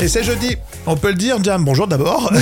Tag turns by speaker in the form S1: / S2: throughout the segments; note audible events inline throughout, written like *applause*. S1: Et c'est jeudi. On peut le dire, Jam. Bonjour
S2: *laughs*
S1: d'abord.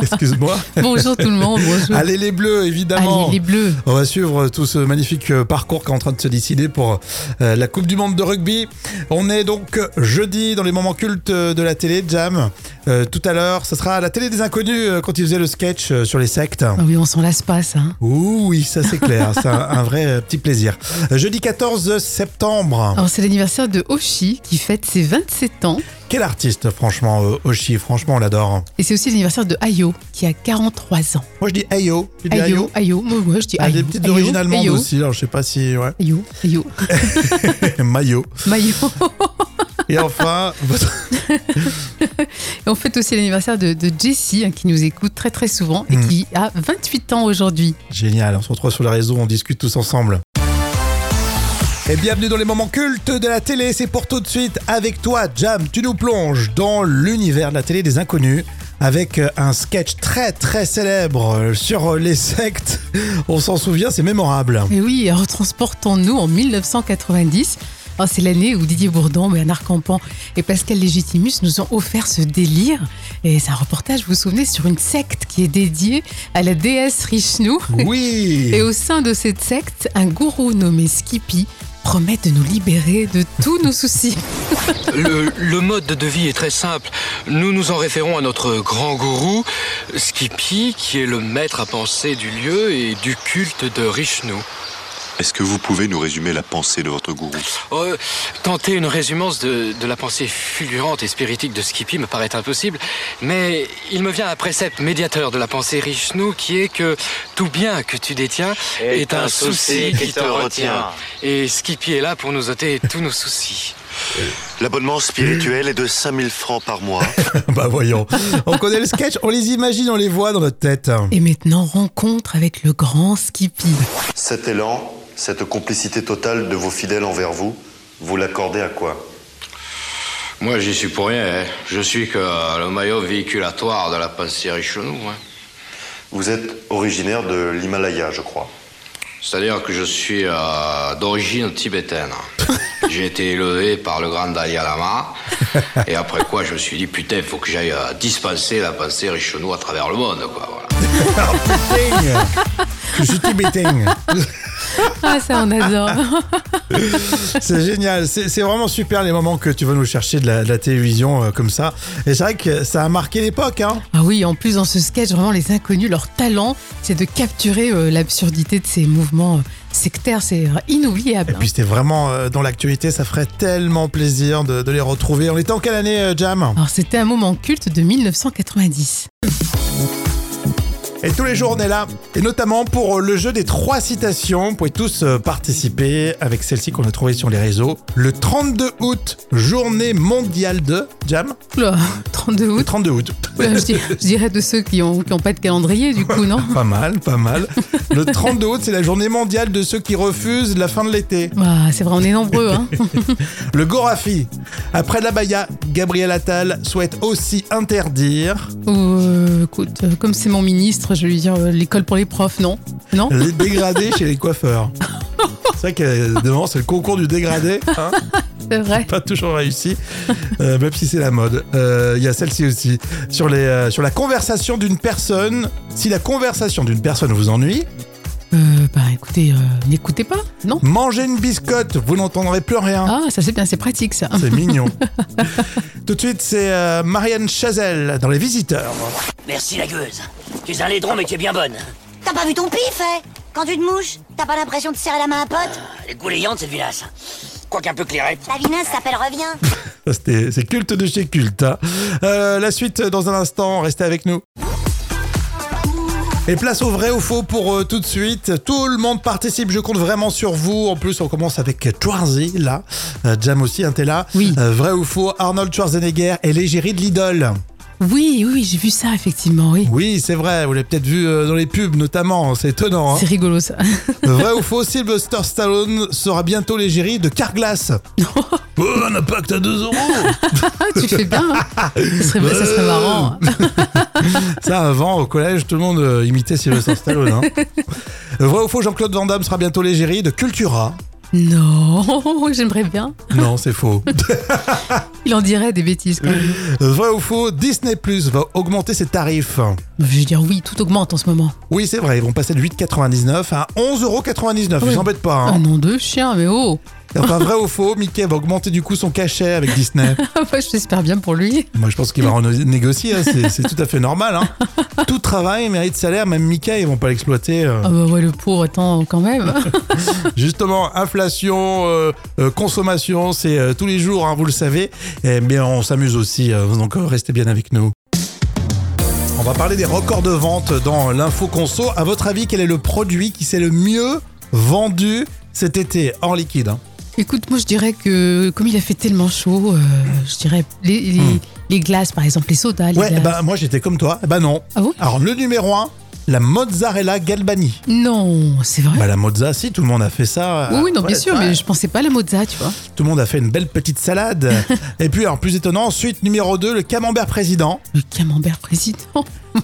S1: Excuse-moi.
S2: Bonjour tout le monde. Bonjour.
S1: Allez les bleus, évidemment.
S2: Allez les bleus.
S1: On va suivre tout ce magnifique euh, parcours qui est en train de se décider pour euh, la Coupe du Monde de rugby. On est donc euh, jeudi dans les moments cultes euh, de la télé, Jam. Euh, tout à l'heure, ce sera la télé des inconnus euh, quand ils faisaient le sketch euh, sur les sectes.
S2: Ah oui, on s'en lasse pas, ça. hein.
S1: Ouh, oui, ça c'est
S2: *laughs*
S1: clair, c'est un, un vrai euh, petit plaisir. Euh, Jeudi 14 septembre,
S2: Alors, c'est l'anniversaire de Oshi qui fête ses 27 ans.
S1: quel artiste franchement, euh, Oshi, franchement on l'adore.
S2: Et c'est aussi l'anniversaire de Ayo qui a 43 ans.
S1: Moi je dis Ayo, tu dis
S2: Ayo, Ayo. Moi, ouais, je dis
S1: Ah,
S2: Ayo.
S1: des petites
S2: Ayo,
S1: origines allemandes
S2: Ayo,
S1: aussi, alors je sais pas si... *laughs* Ouais.
S2: Ayo, Ayo. *laughs*
S1: Mayo.
S2: Mayo.
S1: Et enfin, votre-
S2: Et on fête aussi l'anniversaire de, de Jessie hein, qui nous écoute très très souvent et
S1: Mm.
S2: qui a 28 ans aujourd'hui.
S1: génial, on se retrouve sur les réseaux, on discute tous ensemble. Et bienvenue dans les moments cultes de la télé, c'est pour tout de suite avec toi Jam, tu nous plonges dans l'univers de la télé des inconnus avec euh, un sketch très très célèbre euh, sur euh, les sectes, on s'en souvient, c'est *laughs* mémorable.
S2: Et oui, retransportons-nous en 1990. Alors, Ah, C'est l'année où Didier Bourdon, Bernard Campan et Pascal Légitimus nous ont offert ce délire. Et c'est un reportage, vous vous souvenez, sur une secte qui est dédiée à la déesse Rishnu.
S1: Oui
S2: Et au sein de cette secte, un gourou nommé Skippy promet de nous libérer de tous nos soucis.
S3: Le, le mode de vie est très simple. Nous nous en référons à notre grand gourou, Skippy, qui est le maître à penser du lieu et du culte de Rishnu.
S4: Est-ce que vous pouvez nous résumer la pensée de votre gourou
S3: Euh, tenter une résumance de, de la pensée fulgurante et spiritique de Skippy me paraît impossible, mais il me vient un précepte médiateur de la pensée Rishnu qui est que tout bien que tu détiens est, un souci qui te retient. Et Skippy est là pour nous ôter tous nos soucis.
S4: L'abonnement spirituel est de 5000 francs par mois.
S1: *laughs* Bah voyons, on connaît le sketch, on les imagine, on les voit dans notre *laughs* tête.
S2: Et maintenant, rencontre avec le grand Skippy.
S4: Cet élan, cette complicité totale de vos fidèles envers vous, vous l'accordez à quoi
S3: Moi, j'y suis pour rien. hein. Je suis que le maillot véhiculatoire de la pensée Richelieu. hein.
S4: Vous êtes originaire de l'Himalaya, je crois.
S3: C'est-à-dire que je suis euh, d'origine tibétaine. J'ai été élevé par le grand Dalai Lama. Et après quoi, je me suis dit, putain, faut que j'aille euh, dispenser la pensée Richelieu à travers le monde. Quoi, voilà.
S1: Ting. Je suis tibétain.
S2: Ah, ça, on adore.
S1: C'est génial, c'est c'est vraiment super les moments que tu vas nous chercher de la, de la télévision euh, comme ça. Et c'est vrai que ça a marqué l'époque, hein.
S2: Ah oui, en plus, dans ce sketch, vraiment, les inconnus, leur talent, c'est de capturer euh, l'absurdité de ces mouvements euh, sectaires. C'est euh,
S1: Et
S2: inoubliable.
S1: puis c'était vraiment euh, dans l'actualité, ça ferait tellement plaisir de, de les retrouver. On était en quelle année, euh, Jam
S2: hein. Alors, c'était un moment culte de 1990.
S1: Et tous les jours on est là, et notamment pour euh, le jeu des trois citations. Vous pouvez tous euh, participer avec celle-ci qu'on a trouvée sur les réseaux. Le 32 août, journée mondiale de Jam.
S2: Oula, *laughs* 32
S1: Le
S2: août.
S1: 32 août.
S2: Oula, je, dir- je dirais de ceux qui n'ont qui ont pas de calendrier, du coup, non
S1: Pas mal, pas mal. Le 32 août, c'est la journée mondiale de ceux qui refusent la fin de l'été.
S2: Ah, C'est vrai, on est nombreux. Hein
S1: Le Gorafi. Après la Baïa, Gabriel Attal souhaite aussi interdire
S2: Ou, euh, écoute, euh, comme c'est mon ministre, je vais lui dire euh, l'école pour les profs, non Non
S1: les dégradés chez les coiffeurs. C'est vrai que euh, devant, c'est le concours du dégradé. hein,
S2: C'est vrai.
S1: pas toujours réussi, euh, même si c'est la mode. Euh, Il y a celle-ci aussi. Sur, les, euh, sur la conversation d'une personne, si la conversation d'une personne vous ennuie,
S2: Euh, bah écoutez, euh, n'écoutez pas, non
S1: mangez une biscotte, vous n'entendrez plus rien.
S2: Ah, ça c'est bien, c'est pratique ça.
S1: C'est mignon. Tout de suite, c'est euh, Marianne Chazelle dans Les Visiteurs.
S5: Merci la gueuse. Tu es un laidron mais tu es bien bonne.
S6: T'as pas vu ton pif, hein Quand tu te mouches, t'as pas l'impression de serrer la main à un pote
S5: Elle est goulayante cette vinasse. Quoique un peu clairette.
S6: La vinasse s'appelle Reviens.
S1: Ça, c'était- C'est culte de chez culte. hein. Euh, la suite euh, dans un instant, restez avec nous. Et place au vrai ou faux pour euh, tout de suite. Tout le monde participe, je compte vraiment sur vous. En plus, on commence avec Schwarzy, là. Euh, Jam aussi, hein, t'es là.
S2: Oui.
S1: Euh, vrai ou faux, Arnold Schwarzenegger est l'égérie de l'idole.
S2: Oui, oui, oui, j'ai vu ça effectivement, oui.
S1: Oui, c'est vrai, vous l'avez peut-être vu euh, dans les pubs notamment, c'est étonnant. hein.
S2: C'est rigolo ça.
S1: Vrai ou faux, Sylvester Stallone sera bientôt l'égérie de
S2: *laughs*
S1: Carglass. Oh, un impact à 2 euros
S2: tu fais bien. hein. ça, serait, ça serait marrant.
S1: Ça, avant, au collège, tout le monde
S2: *laughs*
S1: euh, imitait Sylvester Stallone. hein. Vrai ou faux, Jean-Claude Van Damme sera bientôt l'égérie de Cultura.
S2: *laughs* Non, j'aimerais bien.
S1: Non, c'est
S2: *laughs*
S1: faux.
S2: Il en dirait des bêtises quand même.
S1: Vrai ou faux, Disney Plus va augmenter ses tarifs.
S2: Je veux dire, oui, tout augmente en ce moment.
S1: Oui, c'est vrai, ils vont passer de 8,99 à 11,99€. Ils
S2: Ah Oui.
S1: s'embêtent pas.
S2: Un
S1: hein.
S2: nom de chien, mais oh *laughs*
S1: Enfin, vrai ou faux, Mickey va augmenter du coup son cachet avec
S2: *laughs*
S1: Disney.
S2: Moi, j'espère bien pour lui.
S1: Moi, je pense qu'il va renégocier. hein, C'est, c'est tout à fait normal.
S2: *laughs*
S1: hein. Tout travail mérite salaire. Même Mickey, ils vont pas l'exploiter. euh.
S2: Ah bah ouais, le pauvre, attends, quand *laughs* même.
S1: Justement, inflation, euh, euh, consommation, c'est euh, tous les jours, hein, vous le savez. Eh, mais on s'amuse aussi, euh, donc euh, restez bien avec nous. On va parler des records de vente dans l'info conso. À votre avis, quel est le produit qui s'est le mieux vendu cet été hors liquide hein
S2: Écoute, moi, je dirais que comme il a fait tellement chaud, euh, je dirais les, les- les glaces, par exemple, les sodas, les
S1: Ouais,
S2: glaces.
S1: bah moi j'étais comme toi. Bah non.
S2: Ah bon
S1: Alors le numéro 1, la mozzarella galbani.
S2: Non, c'est vrai.
S1: Bah la mozza, si tout le monde a fait ça.
S2: Ah. oui, oui, non,
S1: Ouais,
S2: bien sûr,
S1: ouais.
S2: mais je pensais pas à la mozza, tu vois.
S1: Tout le monde a fait une belle petite
S2: *laughs*
S1: salade. Et puis, alors, plus étonnant, ensuite, numéro 2, le camembert président.
S2: Le camembert président.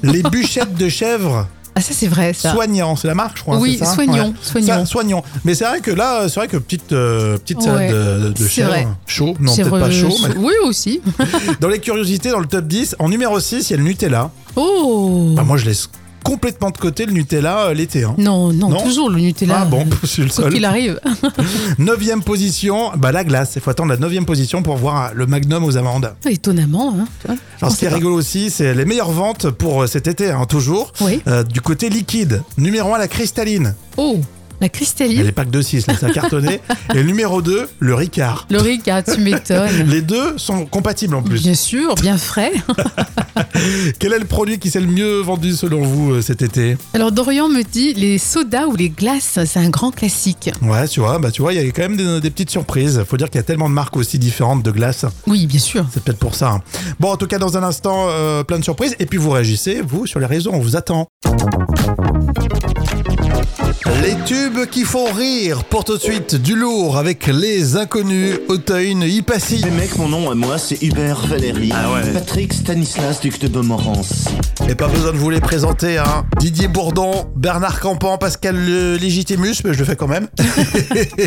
S1: Les bûchettes de chèvre
S2: Ah, ça, c'est vrai, ça.
S1: soignant, c'est la marque, je crois.
S2: Oui,
S1: c'est ça
S2: soignant, soignant.
S1: Ça, soignant. Mais c'est vrai que là, c'est vrai que petite, euh, petite salade
S2: Ouais,
S1: de, de
S2: c'est
S1: chèvre.
S2: vrai.
S1: Chaud, non,
S2: C'est
S1: peut-être pas
S2: re-
S1: chaud.
S2: chaud. Oui, aussi.
S1: mais dans les curiosités, dans le top 10, en numéro 6, il y a le Nutella.
S2: Oh
S1: Bah, moi, je laisse complètement de côté le Nutella euh, l'été. hein.
S2: non, non,
S1: Non.
S2: toujours le Nutella.
S1: Ah bon,
S2: euh,
S1: je *laughs* suis le
S2: quoi
S1: seul.
S2: qu'il arrive. Ah,
S1: Neuvième position, bah, la glace. Il faut attendre la neuvième position pour voir euh, le magnum aux amandes.
S2: Étonnamment, hein. tu vois. Je
S1: Alors, ce
S2: pensais
S1: qui est
S2: pas.
S1: rigolo aussi, c'est les meilleures ventes pour euh, cet été, hein, toujours.
S2: Oui.
S1: Euh, du côté liquide, numéro 1, la cristalline.
S2: Oh, la
S1: Elle
S2: cristalline.
S1: est packs de 6, là, ça a cartonné. Et numéro 2, le Ricard.
S2: Le
S1: *laughs*
S2: Ricard, tu m'étonnes.
S1: Les deux sont compatibles en plus.
S2: Bien sûr, bien frais.
S1: Quel est le produit qui s'est le mieux vendu selon vous euh, cet été
S2: Alors Dorian me dit les sodas ou les glaces, c'est un grand classique.
S1: Ouais, tu vois, bah tu vois, il y a quand même des, des petites surprises. Faut dire qu'il y a tellement de marques aussi différentes de glace.
S2: Oui, bien sûr.
S1: C'est peut-être pour ça. hein. Bon, en tout cas, dans un instant, euh, plein de surprises. Et puis vous réagissez, vous, sur les réseaux, on vous attend. Les tubes qui font rire pour tout de suite du lourd avec les inconnus, Auteuil, Hypassi.
S7: Les mecs, mon nom à moi, c'est Hubert Valéry. Patrick Stanislas, duc de Beaumorance.
S1: Et pas besoin de vous les présenter, hein. Didier Bourdon, Bernard Campan, Pascal Le- Légitimus, mais je le fais quand même. *laughs*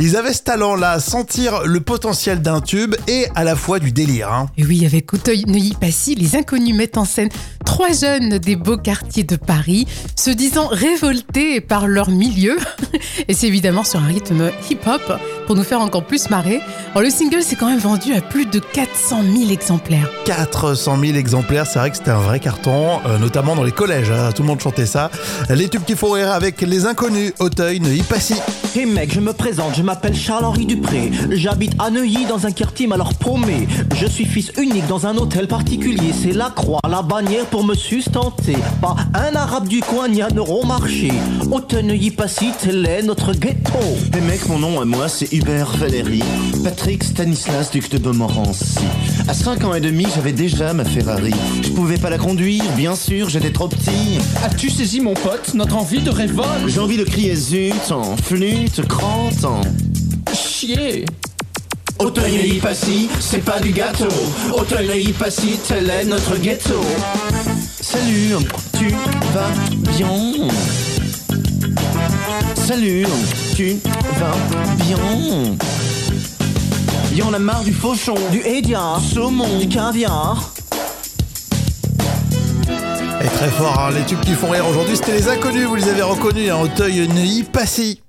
S1: Ils avaient ce talent-là, à sentir le potentiel d'un tube et à la fois du délire. hein.
S2: Et oui, avec Auteuil Neuilly Passy, les inconnus mettent en scène trois jeunes des beaux quartiers de Paris, se disant révoltés par leur milieu. *laughs* Et c'est évidemment sur un rythme hip-hop pour nous faire encore plus marrer. Alors, le single s'est quand même vendu à plus de 400 000 exemplaires.
S1: 400 000 exemplaires, c'est vrai que c'était un vrai carton, euh, notamment dans les collèges, hein, tout le monde chantait ça. Les tubes qui font rire avec les inconnus, Auteuil, Neuilly, Passy.
S7: Et mec, je me présente, je m'appelle Charles-Henri Dupré. J'habite à Neuilly dans un quartier malheur paumé. Je suis fils unique dans un hôtel particulier. C'est la croix, la bannière pour me sustenter. Pas un arabe du coin ni un euro au marché. Hôtel Neuilly Passy, tel est notre ghetto. Et mec, mon nom à moi, c'est Hubert Valéry. Patrick Stanislas, duc de Beaumorency. À 5 ans et demi, j'avais déjà ma Ferrari. Je pouvais pas la conduire, bien sûr, j'étais trop petit.
S8: As-tu saisi mon pote notre envie de révolte
S7: J'ai envie de crier zut en flûte, crante en.
S8: Chier
S7: Auteuil Passy, c'est pas du gâteau. Auteuil Passy, tel est notre ghetto. Salut, tu vas bien. Salut, tu vas bien. Y en a marre du fauchon, du hédia, saumon, du caviar.
S1: Et très fort, hein, les tubes qui font rire aujourd'hui, c'était les inconnus, vous les avez reconnus, hein, Auteuil, Neuilly, Passy.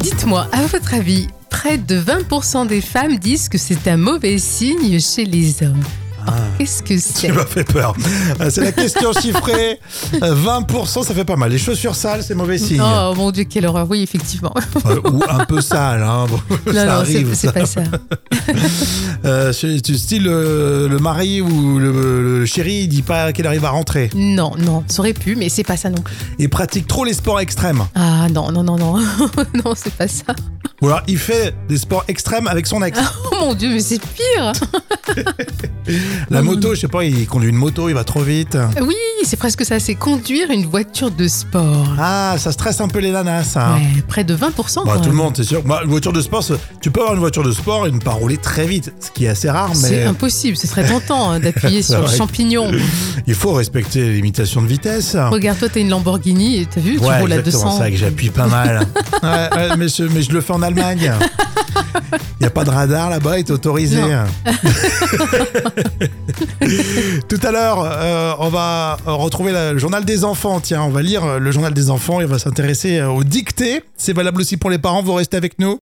S2: Dites-moi, à votre avis, près de 20% des femmes disent que c'est un mauvais signe chez les hommes.
S1: Ah.
S2: Alors, Qu'est-ce que c'est
S1: Tu m'as fait peur. Euh, C'est la question chiffrée. Euh, 20%, ça fait pas mal. Les chaussures sales, c'est mauvais signe.
S2: Oh mon dieu, quelle horreur. Oui, effectivement.
S1: Euh, ou un peu sale, hein. Bon,
S2: non,
S1: ça
S2: non,
S1: arrive.
S2: c'est- c'est
S1: ça.
S2: pas ça.
S1: Euh, c'est- du style euh, le mari ou le, le chéri, il dit pas qu'il arrive à rentrer.
S2: Non, non, ça aurait pu, mais c'est pas ça non plus.
S1: Il pratique trop les sports extrêmes.
S2: Ah non, non, non, *laughs* non. non, c'est pas ça. Ah.
S1: Ou alors il fait des sports extrêmes avec son ex.
S2: Oh mon dieu, mais c'est pire
S1: La moto, je sais pas, il conduit une moto, il va trop vite.
S2: Oui, c'est presque ça, c'est conduire une voiture de sport.
S1: Ah, ça stresse un peu les nanas, ça. hein.
S2: Ouais, près de 20%.
S1: Bah,
S2: quand
S1: tout
S2: même.
S1: le monde, c'est sûr. Bah, une voiture de sport, c'est- tu peux avoir une voiture de sport et ne pas rouler très vite, ce qui est assez rare,
S2: C'est
S1: mais
S2: impossible, ce serait tentant hein, d'appuyer
S1: *laughs* C'est
S2: sur le
S1: vrai.
S2: champignon.
S1: il faut respecter les limitations de vitesse.
S2: Regarde, toi, t'as une Lamborghini, et t'as vu, tu
S1: ouais,
S2: roules à
S1: exactement,
S2: 200.
S1: c'est vrai que j'appuie pas
S2: *laughs*
S1: mal. ouais, ouais, mais, je, mais je le fais en Allemagne. Il n'y a pas de radar là-bas, il est autorisé. *laughs* Tout à l'heure, euh, on va retrouver la- le journal des enfants. Tiens, on va lire le journal des enfants et on va s'intéresser euh, aux dictées. C'est valable aussi pour les parents, vous restez avec nous.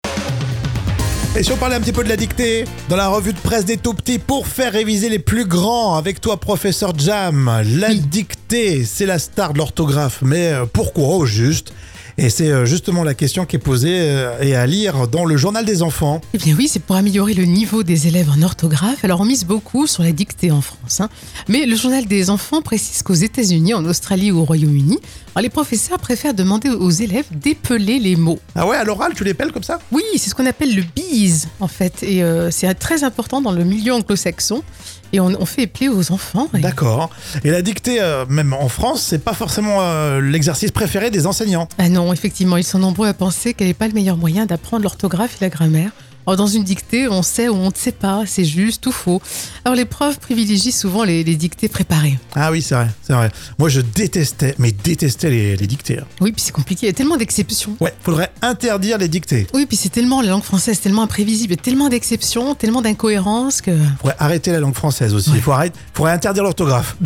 S1: Et si on parlait un petit peu de la dictée, dans la revue de presse des tout petits pour faire réviser les plus grands, avec toi professeur Jam, la dictée, c'est la star de l'orthographe, mais euh, pourquoi au juste Et c'est euh, justement la question qui est posée euh, et à lire dans le journal des enfants.
S2: Eh bien oui, c'est pour améliorer le niveau des élèves en orthographe. Alors on mise beaucoup sur la dictée en France. hein. Mais le journal des enfants précise qu'aux États-Unis, en Australie ou au Royaume-Uni, alors, les professeurs préfèrent demander aux élèves d'épeler les mots.
S1: Ah ouais, à l'oral, tu les pelles comme ça
S2: Oui, c'est ce qu'on appelle le bise en fait. Et euh, c'est très important dans le milieu anglo-saxon. Et on, on fait épeler aux enfants. Et-
S1: D'accord. Et la dictée, euh, même en France, c'est pas forcément euh, l'exercice préféré des enseignants.
S2: Ah non, effectivement, ils sont nombreux à penser qu'elle n'est pas le meilleur moyen d'apprendre l'orthographe et la grammaire. Or, dans une dictée, on sait ou on ne sait pas, c'est juste ou faux. Alors, les profs privilégient souvent les, les dictées préparées.
S1: Ah oui, c'est vrai, c'est vrai. Moi, je détestais, mais détestais les, les dictées. hein.
S2: Oui, puis c'est compliqué, il y a tellement d'exceptions.
S1: Ouais, faudrait interdire les dictées.
S2: Oui, puis c'est tellement, la langue française, tellement imprévisible, il y a tellement d'exceptions, tellement d'incohérences que.
S1: faudrait arrêter la langue française aussi. Il faut arrêter, faudrait interdire *laughs* l'orthographe.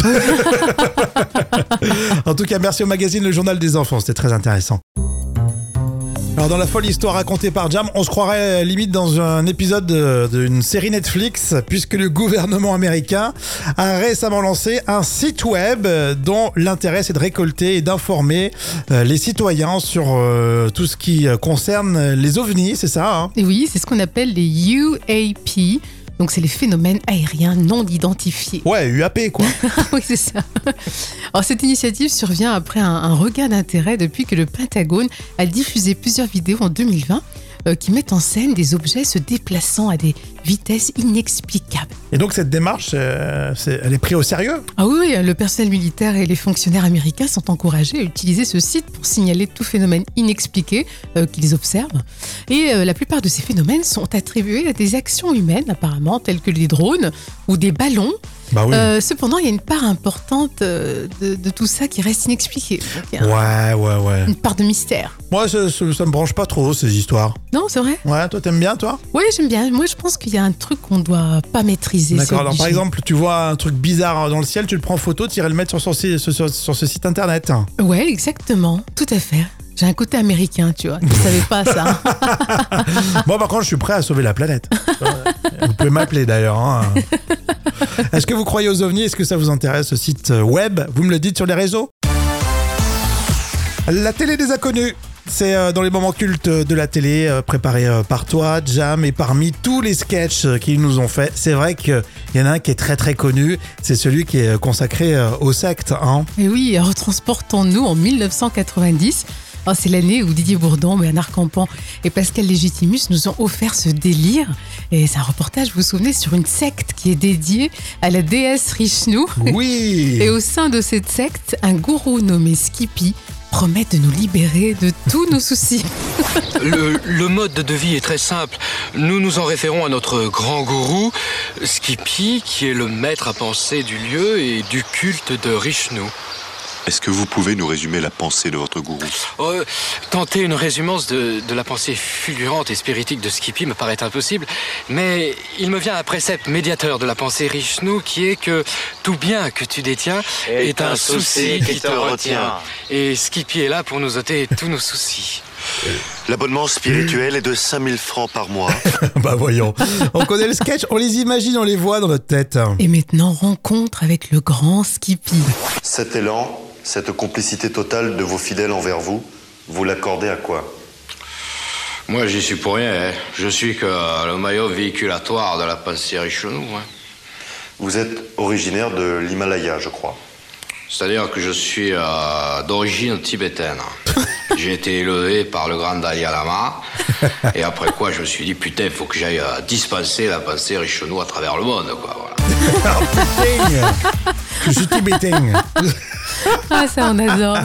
S1: en tout cas, merci au magazine Le Journal des Enfants, c'était très intéressant. Alors dans la folle histoire racontée par Jam, on se croirait euh, limite dans un épisode de- d'une série Netflix, puisque le gouvernement américain a récemment lancé un site web euh, dont l'intérêt c'est de récolter et d'informer euh, les citoyens sur euh, tout ce qui euh, concerne les ovnis, c'est ça hein
S2: Et oui, c'est ce qu'on appelle les UAP, donc c'est les phénomènes aériens non identifiés. *laughs*
S1: Ouais, UAP quoi.
S2: Oui, c'est ça. Alors, cette initiative survient après un, un regain d'intérêt depuis que le Pentagone a diffusé plusieurs vidéos en 2020 euh, qui mettent en scène des objets se déplaçant à des vitesses inexplicables.
S1: Et donc cette démarche, euh, c'est- elle est prise au sérieux
S2: Ah oui, oui, le personnel militaire et les fonctionnaires américains sont encouragés à utiliser ce site pour signaler tout phénomène inexpliqué euh, qu'ils observent. Et euh, la plupart de ces phénomènes sont attribués à des actions humaines apparemment, telles que des drones ou des ballons
S1: Bah oui.
S2: Euh, cependant, il y a une part importante euh, de, de tout ça qui reste inexpliquée. Donc, il y a
S1: Ouais, ouais, ouais.
S2: Une part de mystère.
S1: *laughs* Moi, ça, ça- ça me branche pas trop, ces histoires.
S2: Non, c'est vrai
S1: Ouais, toi, t'aimes bien, toi
S2: Oui, j'aime bien. Moi, je pense qu'il y a un truc qu'on doit pas maîtriser. c'est
S1: D'accord. Alors, par
S2: obligé.
S1: exemple, tu vois un truc bizarre dans le ciel, tu le prends en photo, tu irais le mettre sur, son si- sur- sur- sur ce site internet.
S2: Ouais, exactement. Tout à fait. J'ai un côté américain, tu vois. Je savais pas ça.
S1: Moi, par contre, je suis prêt à sauver la planète. Euh, vous pouvez m'appeler, d'ailleurs. hein. Est-ce que vous croyez aux ovnis Est-ce que ça vous intéresse, ce site euh, web Vous me le dites sur les réseaux La télé des inconnus c'est euh, dans les moments cultes de la télé, euh, préparés euh, par toi, Jam, et parmi tous les sketchs euh, qu'ils nous ont fait, c'est vrai qu'il y en a un qui est très très connu, c'est celui qui est euh, consacré euh, aux sectes. *laughs* Hein.
S2: Et oui, retransportons-nous en 1990. Alors, Ah, c'est l'année où Didier Bourdon, Bernard Campan et Pascal Légitimus nous ont offert ce délire. Et c'est un reportage, vous vous souvenez, sur une secte qui est dédiée à la déesse Rishnu.
S1: Oui
S2: Et au sein de cette secte, un gourou nommé Skippy promet de nous libérer de tous nos soucis.
S3: Le, le mode de vie est très simple. Nous nous en référons à notre grand gourou, Skippy, qui est le maître à penser du lieu et du culte de Rishnu.
S4: Est-ce que vous pouvez nous résumer la pensée de votre gourou
S3: Euh, tenter une résumance de, de la pensée fulgurante et spiritique de Skippy me paraît impossible, mais il me vient un précepte médiateur de la pensée Rishnu qui est que tout bien que tu détiens est, un souci qui te retient. Et Skippy est là pour nous ôter tous nos soucis.
S4: L'abonnement spirituel est de 5000 francs par mois.
S1: *laughs* Bah voyons, on connaît le sketch, on les imagine, on les voit dans notre tête.
S2: Et maintenant, rencontre avec le grand Skippy.
S4: Cet élan, cette complicité totale de vos fidèles envers vous, vous l'accordez à quoi
S9: Moi, j'y suis pour rien. hein. Je suis que
S3: euh,
S9: le maillot véhiculatoire de la pensée Richelieu. hein.
S4: Vous êtes originaire de l'Himalaya, je crois.
S9: C'est-à-dire que je suis euh, d'origine tibétaine. J'ai été élevé par le grand Dalai Lama. Et après quoi, je me suis dit, putain, il faut que j'aille euh, dispenser la pensée Richelieu à travers le monde. Quoi, voilà.
S1: Alors, tibétain. Je suis tibétain.
S2: Ah, ça, on adore.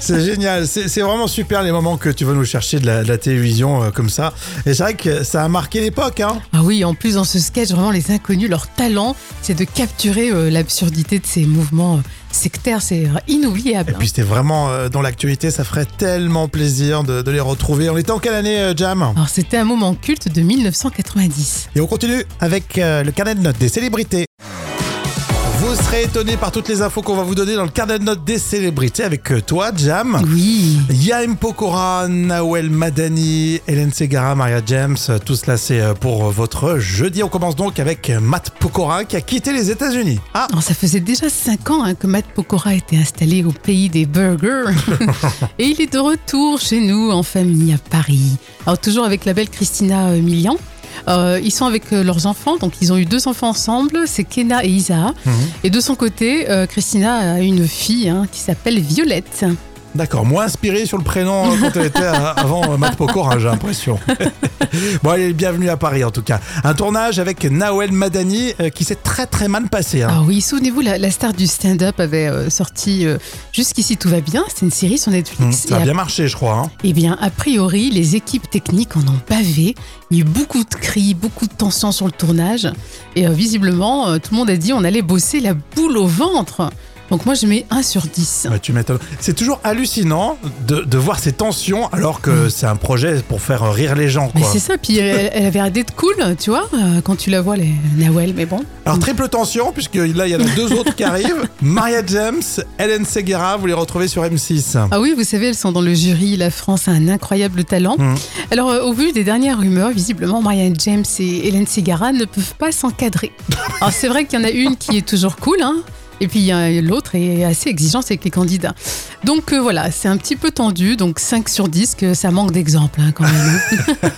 S1: C'est génial. C'est c'est vraiment super les moments que tu vas nous chercher de la, de la télévision euh, comme ça. Et c'est vrai que ça a marqué l'époque. Hein.
S2: Ah oui, en plus, dans ce sketch, vraiment, les inconnus, leur talent, c'est de capturer euh, l'absurdité de ces mouvements euh, sectaires. C'est euh, inoubliable.
S1: Et
S2: hein.
S1: puis c'était vraiment euh, dans l'actualité. Ça ferait tellement plaisir de, de les retrouver. On était en quelle année, euh, Jam
S2: hein. Alors, c'était un moment culte de 1990.
S1: Et on continue avec euh, le carnet de notes des célébrités. Vous serez étonné par toutes les infos qu'on va vous donner dans le carnet de notes des célébrités avec euh, toi, Jam.
S2: Oui.
S1: Yaim Pokora, Nawel Madani, Hélène Segara, Maria James, tout cela c'est euh, pour votre jeudi. On commence donc avec euh, Matt Pokora qui a quitté les États-Unis. Ah,
S2: Alors, ça faisait déjà 5 ans hein, que Matt Pokora était installé au pays des
S1: *laughs*
S2: burgers. Et il est de retour chez nous, en famille, à Paris. Alors, toujours avec la belle Christina euh, Milian. Euh, ils sont avec euh, leurs enfants, donc ils ont eu deux enfants ensemble, c'est Kena et Isa.
S1: Mhm.
S2: Et de son côté, euh, Christina a une fille hein, qui s'appelle Violette.
S1: d'accord, moins inspiré sur le prénom euh, quand elle était euh, avant euh, Matt Pokora, j'ai l'impression. *laughs* bon, elle est bienvenue à Paris en tout cas. Un tournage avec Nawel Madani euh, qui s'est très très mal passé. hein.
S2: Ah oui, souvenez-vous, la, la star du stand-up avait euh, sorti euh, Jusqu'ici tout va bien, c'était une série sur
S1: Hmm,
S2: Netflix.
S1: Ça a
S2: et,
S1: bien marché, je crois. hein.
S2: eh bien, a priori, les équipes techniques en ont pavé. Il y a eu beaucoup de cris, beaucoup de tensions sur le tournage. Et euh, visiblement, euh, tout le monde a dit on allait bosser la boule au ventre. Donc moi, je mets 1 sur 10.
S1: Bah, tu m'étonnes. C'est toujours hallucinant de, de voir ces tensions alors que c'est un projet pour faire euh, rire les gens.
S2: Mais
S1: quoi.
S2: c'est ça, puis elle, elle avait l'air d'être cool, tu vois, euh, quand tu la vois, les Nawel, mais bon.
S1: Alors triple tension, puisque là il y en a deux autres qui arrivent. Maria James, Hélène Seguera, vous les retrouvez sur M6.
S2: Ah oui, vous savez, elles sont dans le jury. La France a un incroyable talent.
S1: Mm.
S2: Alors, euh, au vu des dernières rumeurs, visiblement, Marianne James et Hélène Segara ne peuvent
S1: *laughs*
S2: pas s'encadrer. Alors, c'est vrai qu'il y en a une qui est toujours cool, hein, et puis il y a l'autre est assez exigeante avec les candidats. Donc euh, voilà, c'est un petit peu tendu. Donc 5 sur 10, que ça manque d'exemples hein,
S1: *laughs*
S2: quand même.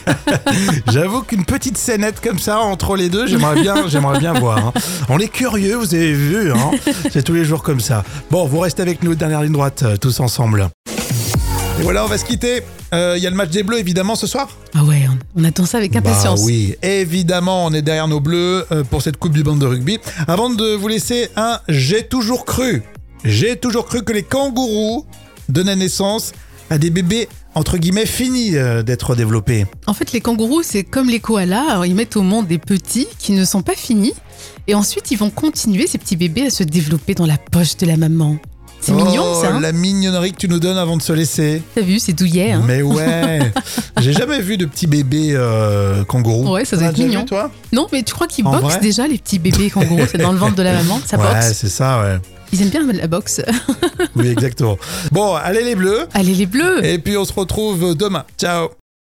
S2: hein.
S1: J'avoue qu'une petite scénette comme ça entre les deux, j'aimerais bien, j'aimerais bien voir. hein. On est curieux, vous avez vu, hein. c'est tous les jours comme ça. Bon, vous restez avec nous, dernière ligne droite, euh, tous ensemble. Et voilà, on va se quitter. Euh, Il y a le match des Bleus évidemment ce soir.
S2: ah ouais, on, on attend ça avec impatience.
S1: Bah oui, évidemment, on est derrière nos bleus euh, pour cette Coupe du Monde de rugby. Avant de vous laisser un j'ai toujours cru. J'ai toujours cru que les kangourous donnaient naissance à des bébés entre guillemets finis euh, d'être développés.
S2: En fait, les kangourous, c'est comme les koalas. Alors, ils mettent au monde des petits qui ne sont pas finis. Et ensuite, ils vont continuer, ces petits bébés, à se développer dans la poche de la maman. C'est mignon,
S1: Oh,
S2: ça. hein
S1: La mignonnerie que tu nous donnes avant de se laisser.
S2: T'as vu, c'est douillet. hein
S1: Mais
S2: *laughs*
S1: ouais, j'ai jamais vu de petit bébé euh, kangourou.
S2: Ouais, ça doit
S1: T'en as
S2: être
S1: déjà
S2: mignon.
S1: vu, toi
S2: non, mais tu crois qu'ils
S1: En
S2: boxent
S1: vrai
S2: déjà, les petits bébés kangourous C'est dans le ventre
S1: *laughs*
S2: de la maman, ça
S1: Ouais,
S2: boxe.
S1: c'est ça, ouais.
S2: Ils aiment bien la boxe. *laughs*
S1: Oui, exactement. Bon, allez les bleus.
S2: Allez, les bleus
S1: Et puis on se retrouve demain. Ciao.